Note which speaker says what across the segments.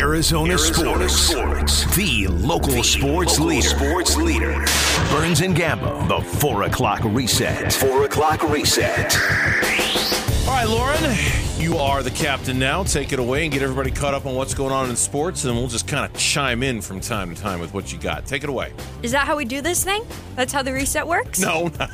Speaker 1: Arizona, sports. the local sports leader.
Speaker 2: Sports leader.
Speaker 1: Burns and Gambo, the four o'clock reset.
Speaker 2: Four o'clock reset.
Speaker 3: All right, Lauren, you are the captain now. Take it away and get everybody caught up on what's going on in sports, and we'll just kind of chime in from time to time with what you got. Take it away.
Speaker 4: Is that how we do this thing? That's how the reset works?
Speaker 3: No, not,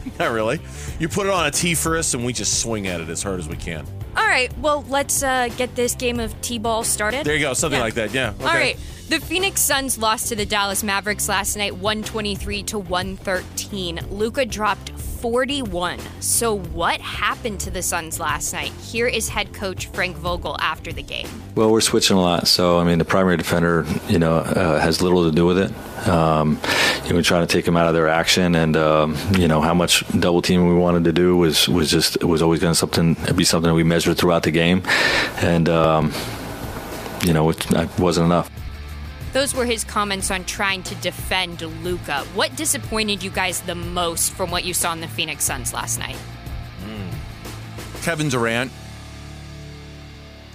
Speaker 3: not really. You put it on a tee for us, and we just swing at it as hard as we can.
Speaker 4: All right, well, let's uh, get this game of T ball started.
Speaker 3: There you go, something
Speaker 4: Yeah.
Speaker 3: like that. Yeah. Okay.
Speaker 4: All right. The Phoenix Suns lost to the Dallas Mavericks last night 123 to 113. Luca dropped 41. So what happened to the Suns last night? Here is head coach Frank Vogel after the game.
Speaker 5: Well, we're switching a lot, so I mean, the primary defender, you know, uh, has little to do with it. Um, you know, we're trying to take them out of their action, and um, you know how much double teaming we wanted to do was was just was always going to something be something that we measured throughout the game, and um, you know, it, it wasn't enough.
Speaker 4: Those were his comments on trying to defend Luca. What disappointed you guys the most from what you saw in the Phoenix Suns last night?
Speaker 6: Kevin Durant.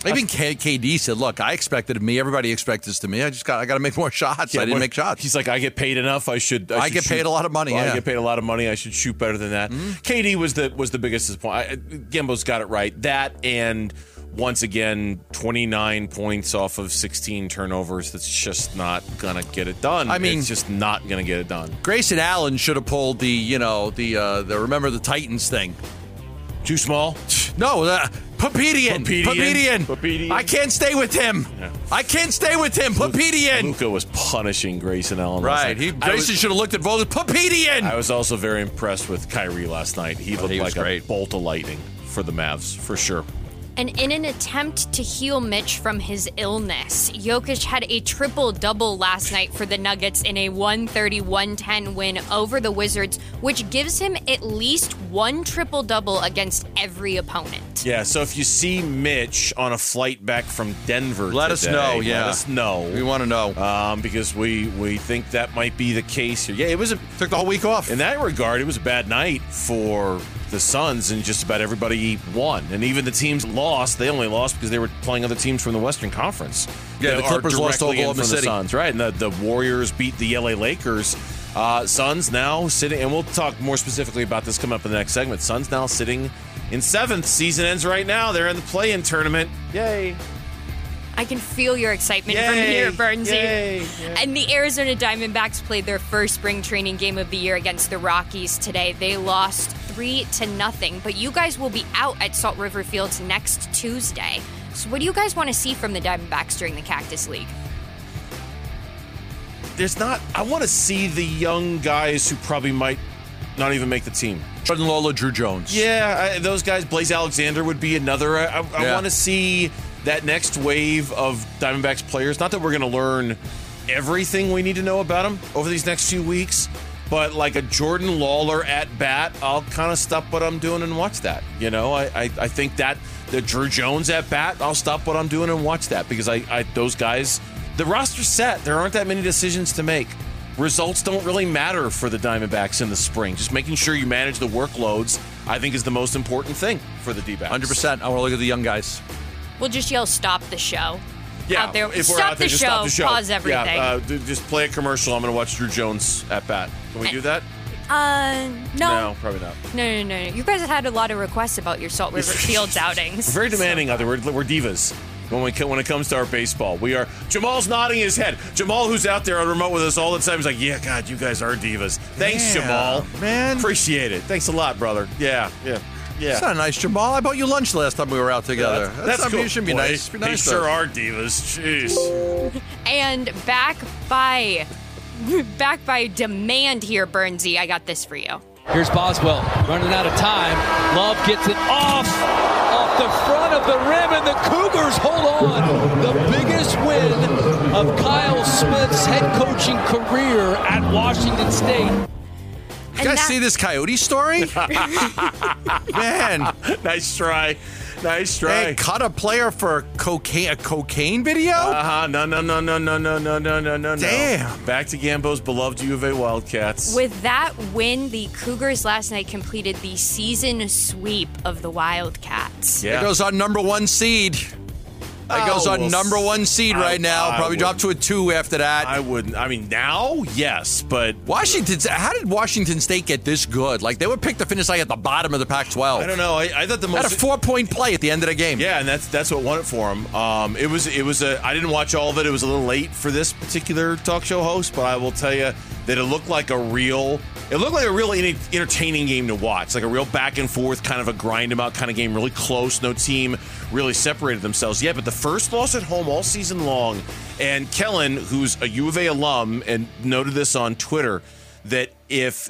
Speaker 6: I Even K- KD said, "Look, I expected of me. Everybody expects this to me. I just got. I got to make more shots. I didn't
Speaker 3: what-
Speaker 6: make shots.
Speaker 3: He's like, I get paid enough. I should. I,
Speaker 6: I
Speaker 3: should
Speaker 6: get paid
Speaker 3: shoot-
Speaker 6: a lot of money,
Speaker 3: I
Speaker 6: yeah. Mm-hmm.
Speaker 3: get paid a lot of money. I should shoot better than that. KD was the was the biggest disappointment. Gembo's got it right. That and once again, twenty nine points off of sixteen turnovers. That's just not gonna get it done.
Speaker 6: I mean-
Speaker 3: it's just not gonna get it done.
Speaker 6: Grayson Allen should have pulled the, you know, the uh, the remember the Titans thing.
Speaker 3: Too small.
Speaker 6: No, the Papedian.
Speaker 3: Papedian.
Speaker 6: Papedian.
Speaker 3: Papedian.
Speaker 6: I can't stay with him. I can't stay with him. Papedian.
Speaker 3: Luca was punishing Grayson Allen. last night.
Speaker 6: Right. He,
Speaker 3: I was-
Speaker 6: Grayson should have looked at Vogel.
Speaker 3: I
Speaker 6: Papedian.
Speaker 3: was also very impressed with Kyrie last night. He looked
Speaker 6: Oh, he was
Speaker 3: like a
Speaker 6: great.
Speaker 3: bolt of lightning for the Mavs, for sure.
Speaker 4: And in an attempt to heal Mitch from his illness, Jokic had a triple double last night for the Nuggets in a 130 110 win over the Wizards, which gives him at least one triple double against every opponent.
Speaker 3: Yeah, so if you see Mitch on a flight back from Denver,
Speaker 6: Let us
Speaker 3: today,
Speaker 6: know, yeah.
Speaker 3: let us know.
Speaker 6: We want to know.
Speaker 3: um, because we we think that might be the case here. Yeah, it was a
Speaker 6: Took the whole week off.
Speaker 3: in that regard, it was a bad night for the Suns, and just about everybody won, and even the teams lost. They only lost because they were playing other teams from the Western Conference.
Speaker 6: Yeah,
Speaker 3: that
Speaker 6: the
Speaker 3: are
Speaker 6: Clippers lost to
Speaker 3: directly in
Speaker 6: Oklahoma
Speaker 3: from the
Speaker 6: City.
Speaker 3: Suns, right? And the, the Warriors beat the LA Lakers. Uh, Suns now sitting, and we'll talk more specifically about this coming up in the next segment. Suns now sitting in seventh. Season ends right now. They're in the play-in tournament. Yay!
Speaker 4: I can feel your excitement from
Speaker 3: Yay.
Speaker 4: here, Bernsey.
Speaker 3: Yay.
Speaker 4: And the Arizona Diamondbacks played their first spring training game of the year against the Rockies today. They lost three to nothing, but you guys will be out at Salt River Fields next Tuesday. So, what do you guys want to see from the Diamondbacks during the Cactus League?
Speaker 3: There's not. I want to see the young guys who probably might not even make the team.
Speaker 6: Jordan Lola, Drew Jones.
Speaker 3: Yeah, I, those guys. Blaze Alexander would be another. I, I, I
Speaker 6: Yeah.
Speaker 3: want to see that next wave of Diamondbacks players. Not that we're going to learn everything we need to know about them over these next few weeks, but like a Jordan Lawler at bat, I'll kind of stop what I'm doing and watch that. You know, I, I, I think that the Drew Jones at bat, I'll stop what I'm doing and watch that because I, I those guys, the roster's set. There aren't that many decisions to make results don't really matter for the Diamondbacks in the spring. Just making sure you manage the workloads, I think, is the most important thing for the D-backs.
Speaker 6: 100%. I want to look at the young guys.
Speaker 4: We'll just yell "Stop the show!"
Speaker 3: Yeah,
Speaker 4: out there.
Speaker 3: if
Speaker 4: stop,
Speaker 3: we're out there,
Speaker 4: the
Speaker 3: just
Speaker 4: show,
Speaker 3: stop the show.
Speaker 4: Pause everything.
Speaker 3: Yeah, uh, d- just play a commercial. I'm going to watch Drew Jones at bat. Can we do that?
Speaker 4: Uh, no,
Speaker 3: No, probably not.
Speaker 4: no, no, no, no. You guys had a lot of requests about your Salt River Fields outings.
Speaker 3: We're very demanding out there. We're, we're divas. When, we, co- when it comes to our baseball, we are. Jamal's nodding his head. Jamal, who's out there on remote with us all the time, is like, "Yeah, God, you guys are divas." Thanks,
Speaker 6: Yeah,
Speaker 3: Jamal.
Speaker 6: man.
Speaker 3: appreciate it. Thanks a lot, brother. Yeah, yeah, yeah.
Speaker 6: It's not a nice Jamal. I bought you lunch last time we were out together.
Speaker 3: That's,
Speaker 6: not,
Speaker 3: cool.
Speaker 6: You should be
Speaker 3: Boy,
Speaker 6: nice. Be nice.
Speaker 3: They
Speaker 6: though.
Speaker 3: sure are divas. Jeez.
Speaker 4: And back by back by demand here, Bernsey. I got this for you.
Speaker 7: Here's Boswell running out of time. Love gets it off off the front of the rim, and the Cougars hold on. The biggest win of Kyle Smith's head coaching career at Washington State.
Speaker 6: You guys
Speaker 4: that-
Speaker 6: see this coyote story? Man,
Speaker 3: nice try. Nice
Speaker 6: they
Speaker 3: try.
Speaker 6: cut a player for cocaine a cocaine video.
Speaker 3: Uh huh. No, no, no, no, no, no, no, no, no, no.
Speaker 6: Damn.
Speaker 3: Back to Gambo's beloved U of A Wildcats.
Speaker 4: With that win, the Cougars last night completed the season sweep of the Wildcats.
Speaker 6: It
Speaker 3: yeah.
Speaker 6: goes on number one seed. That goes
Speaker 3: Oh,
Speaker 6: on
Speaker 3: well,
Speaker 6: number one seed
Speaker 3: I-
Speaker 6: right now.
Speaker 3: I
Speaker 6: Probably drop to a two after that.
Speaker 3: I wouldn't. I mean, now, yes, but
Speaker 6: Washington. How did Washington State get this good? Like they were picked to finish like at the bottom of the Pac-12.
Speaker 3: I don't know. I, I thought the most
Speaker 6: Had a four-point play at the end of the game.
Speaker 3: Yeah, and that's that's what won it for him. Um, it was it was a I didn't watch all of it. It was a little late for this particular talk show host, but I will tell you that it looked like a real it looked like a real en- entertaining game to watch, like a real back and forth kind of a grind 'em out kind of game, really close. No team really separated themselves yet, but the first loss at home all season long. And Kellen, who's a U of A alum, and noted this on Twitter that if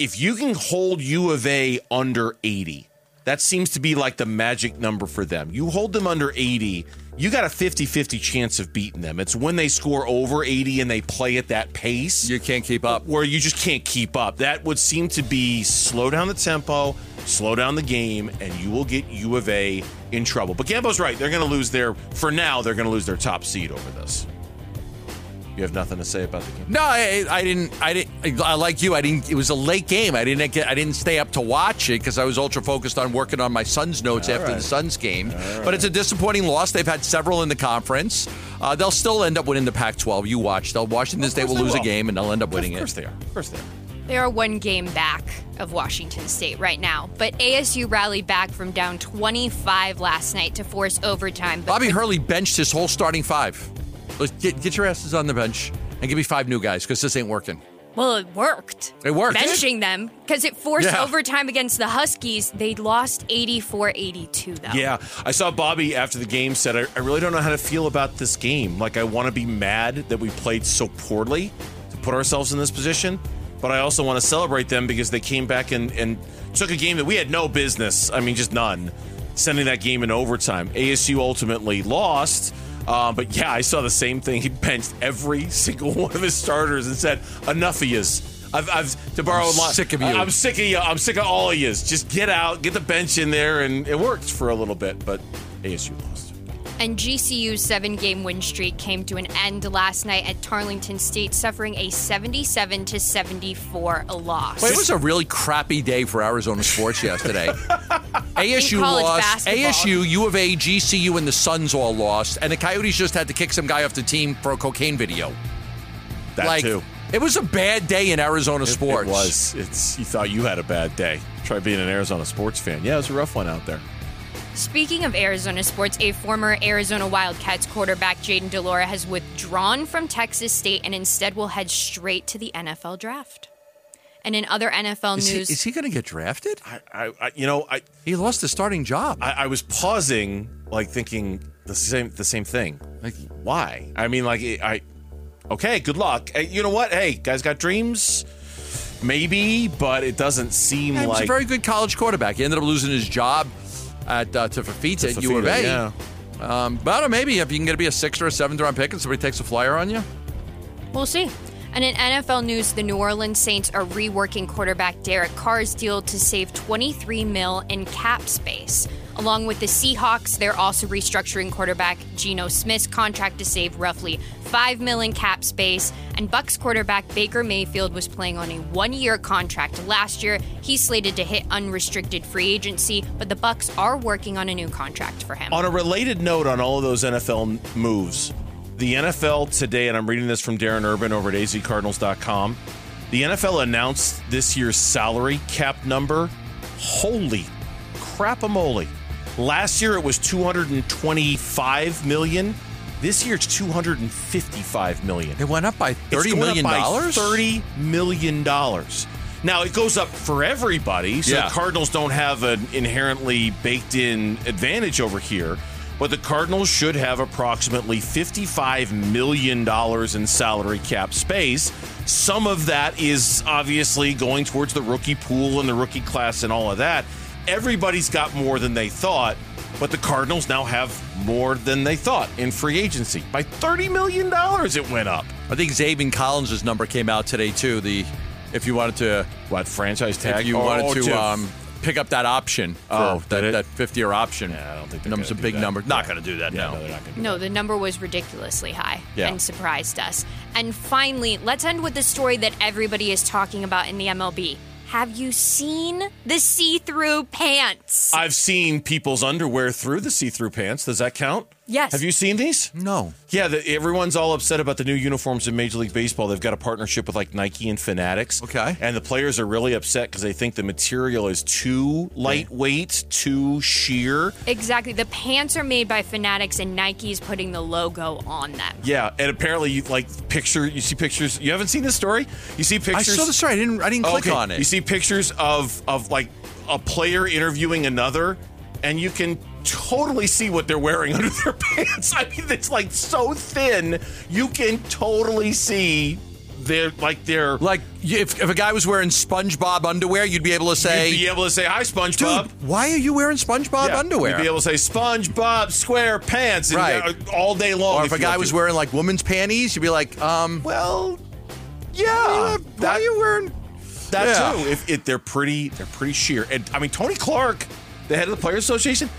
Speaker 3: if you can hold U of A under 80, that seems to be like the magic number for them. You hold them under 80, you got a 50 50 chance of beating them. It's when they score over 80 and they play at that pace
Speaker 6: You can't keep up.
Speaker 3: where you just can't keep up. That would seem to be slow down the tempo, slow down the game, and you will get U of A in trouble. But Gambo's right. They're going to lose their, for now, they're going to lose their top seed over this. You have nothing to say about the game?
Speaker 6: No, I, I didn't. I didn't. I like you. I didn't. It was a late game. I didn't get. I didn't stay up to watch it because I was ultra focused on working on my son's notes after the Suns game. But it's a disappointing loss. They've had several in the conference. Uh, they'll still end up winning the Pac-12. You watch. They'll Washington State will
Speaker 3: they
Speaker 6: lose a
Speaker 3: will.
Speaker 6: game and they'll end up winning
Speaker 3: Of course
Speaker 6: it.
Speaker 3: they are. Of course they are.
Speaker 4: They are one game back of Washington State right now, but ASU rallied back from down 25 last night to force overtime. But
Speaker 6: Bobby Hurley benched his whole starting five. Let's get, get your asses on the bench and give me five new guys because this ain't working.
Speaker 4: Well, it worked.
Speaker 6: It worked.
Speaker 4: Benching them because it forced
Speaker 6: Yeah.
Speaker 4: overtime against the Huskies. They lost 84 82, though.
Speaker 3: Yeah, I saw Bobby after the game said, I, I really don't know how to feel about this game. Like, I want to be mad that we played so poorly to put ourselves in this position, but I also want to celebrate them because they came back and, and took a game that we had no business. I mean, just none, sending that game in overtime. ASU ultimately lost. Um, but yeah, I saw the same thing. He benched every single one of his starters and said, "Enough of yous. I've, I've to borrow a lot.
Speaker 6: sick of you.
Speaker 3: I'm sick of you. I'm sick of all of you. Just get out, get the bench in there, and it worked for a little bit, but ASU lost.
Speaker 4: And GCU's seven game win streak came to an end last night at Tarleton State, suffering a 77 to 74 loss.
Speaker 6: Well, it was a really crappy day for Arizona sports yesterday. ASU
Speaker 4: In college
Speaker 6: lost.
Speaker 4: basketball.
Speaker 6: ASU, U of A, GCU, and the Suns all lost. And the Coyotes just had to kick some guy off the team for a cocaine video.
Speaker 3: That
Speaker 6: like,
Speaker 3: too.
Speaker 6: it was a bad day in Arizona sports.
Speaker 3: It was. It's you thought you had a bad day. Try being an Arizona sports fan. Yeah, it was a rough one out there.
Speaker 4: Speaking of Arizona sports, a former Arizona Wildcats quarterback, Jaden Delora, has withdrawn from Texas State and instead will head straight to the NFL draft. And in other NFL
Speaker 6: Is he,
Speaker 4: news,
Speaker 6: is he going to get drafted?
Speaker 3: I, I, I you know, I,
Speaker 6: He lost his starting job.
Speaker 3: I, I was pausing, like thinking the same, the same thing. Like, why? I mean, like, I, okay, good luck. Hey, you know what? Hey, guys, got dreams, maybe, but it doesn't seem
Speaker 6: he was
Speaker 3: like
Speaker 6: a very good college quarterback. He ended up losing his job at uh, to Fafita at U of A.
Speaker 3: Yeah.
Speaker 6: Um, but I don't know, maybe if you can get to be a sixth or a seventh round pick and somebody takes a flyer on you.
Speaker 4: we'll see. And in NFL news, the New Orleans Saints are reworking quarterback Derek Carr's deal to save 23 mil in cap space. Along with the Seahawks, they're also restructuring quarterback Geno Smith's contract to save roughly 5 mil in cap space. And Bucks quarterback Baker Mayfield was playing on a one-year contract last year. He's slated to hit unrestricted free agency, but the Bucks are working on a new contract for him.
Speaker 3: On a related note, on all of those NFL m- moves, the NFL today, and I'm reading this from Darren Urban over at azcardinals.com. The NFL announced this year's salary cap number. Holy crap Last year it was 225 million. This year it's 255 million.
Speaker 6: It went up by thirty
Speaker 3: It's
Speaker 6: million
Speaker 3: going up by
Speaker 6: dollars.
Speaker 3: Thirty million dollars. Now it goes up for everybody, so
Speaker 6: Yeah.
Speaker 3: the Cardinals don't have an inherently baked-in advantage over here. But the Cardinals should have approximately fifty-five million dollars in salary cap space. Some of that is obviously going towards the rookie pool and the rookie class and all of that. Everybody's got more than they thought, but the Cardinals now have more than they thought in free agency. By $30 million, it went up.
Speaker 6: I think Zabin Collins' number came out today too. The if you wanted to,
Speaker 3: What franchise tag?
Speaker 6: if you
Speaker 3: Oh, oh,
Speaker 6: wanted to um, pick up that option, oh,
Speaker 3: did
Speaker 6: that
Speaker 3: it?
Speaker 6: that fifty year option.
Speaker 3: Yeah, I don't think they're
Speaker 6: number's a
Speaker 3: gonna do
Speaker 6: big
Speaker 3: that.
Speaker 6: number. Not
Speaker 3: Yeah.
Speaker 6: going to do that.
Speaker 3: yeah,
Speaker 6: now.
Speaker 3: no, they're not gonna do
Speaker 4: No, the number was ridiculously high
Speaker 3: Yeah.
Speaker 4: and surprised us. And finally, let's end with the story that everybody is talking about in the MLB. Have you seen the see through pants?
Speaker 3: that. I've seen people's underwear through the see-through pants. Does that count?
Speaker 4: Yes.
Speaker 3: Have you seen these?
Speaker 6: No.
Speaker 3: Yeah, the, everyone's all upset about the new uniforms in Major League Baseball. They've got a partnership with like Nike and Fanatics.
Speaker 6: Okay.
Speaker 3: And the players are really upset because they think the material is too lightweight, too sheer.
Speaker 4: Exactly. The pants are made by Fanatics, and Nike's putting the logo on them.
Speaker 3: Yeah, and apparently, you, like picture, you see pictures. You haven't seen this story. You see
Speaker 6: I
Speaker 3: pictures.
Speaker 6: saw the story. I didn't. I didn't click
Speaker 3: Oh, Okay,
Speaker 6: on it.
Speaker 3: You see pictures of of like a player interviewing another, and you can totally see what they're wearing under their pants. I mean, it's like so thin, you can totally see their like their.
Speaker 6: like you- if, if a guy was wearing SpongeBob underwear, you'd be able to say,
Speaker 3: you'd be able to say hi, SpongeBob.
Speaker 6: "Dude, why are you wearing SpongeBob
Speaker 3: Yeah,
Speaker 6: underwear?"
Speaker 3: You'd be able to say SpongeBob SquarePants and,
Speaker 6: Right.
Speaker 3: uh, all day long.
Speaker 6: or if, a
Speaker 3: you
Speaker 6: guy
Speaker 3: want
Speaker 6: was
Speaker 3: to.
Speaker 6: wearing like women's panties, you'd be like, um,
Speaker 3: well,
Speaker 6: yeah,
Speaker 3: yeah,
Speaker 6: why are
Speaker 3: that-
Speaker 6: you wearing?
Speaker 3: That
Speaker 6: Yeah.
Speaker 3: too. If, if they're pretty, they're pretty sheer. And I mean, Tony Clark, the head of the Players Association,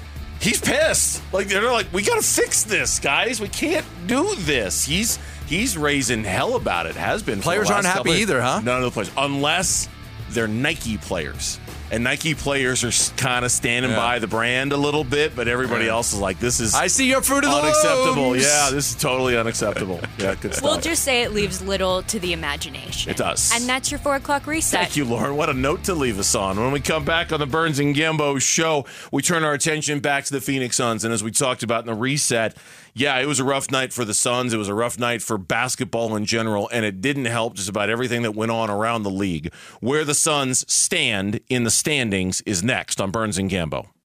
Speaker 3: he's pissed. Like they're like, we got to fix this, guys. We can't do this. He's he's raising hell about it. Has been. for the
Speaker 6: Players aren't
Speaker 3: last
Speaker 6: happy
Speaker 3: couple-
Speaker 6: either, huh?
Speaker 3: None of the players, unless they're Nike players. And Nike players are kind of standing
Speaker 6: Yeah.
Speaker 3: by the brand a little bit, but everybody
Speaker 6: Yeah.
Speaker 3: else is like, "This is
Speaker 6: I see your fruit of the
Speaker 3: unacceptable."
Speaker 6: looms.
Speaker 3: Yeah, this is totally unacceptable. Yeah, good stuff.
Speaker 4: We'll just say it leaves little to the imagination.
Speaker 3: It does.
Speaker 4: And that's your four o'clock reset.
Speaker 3: Thank you, Lauren. What a note to leave us on. When we come back on the Burns and Gambo show, we turn our attention back to the Phoenix Suns. And as we talked about in the reset, yeah, it was a rough night for the Suns. It was a rough night for basketball in general, and it didn't help just about everything that went on around the league. Where the Suns stand in the standings is next on Burns and Gambo.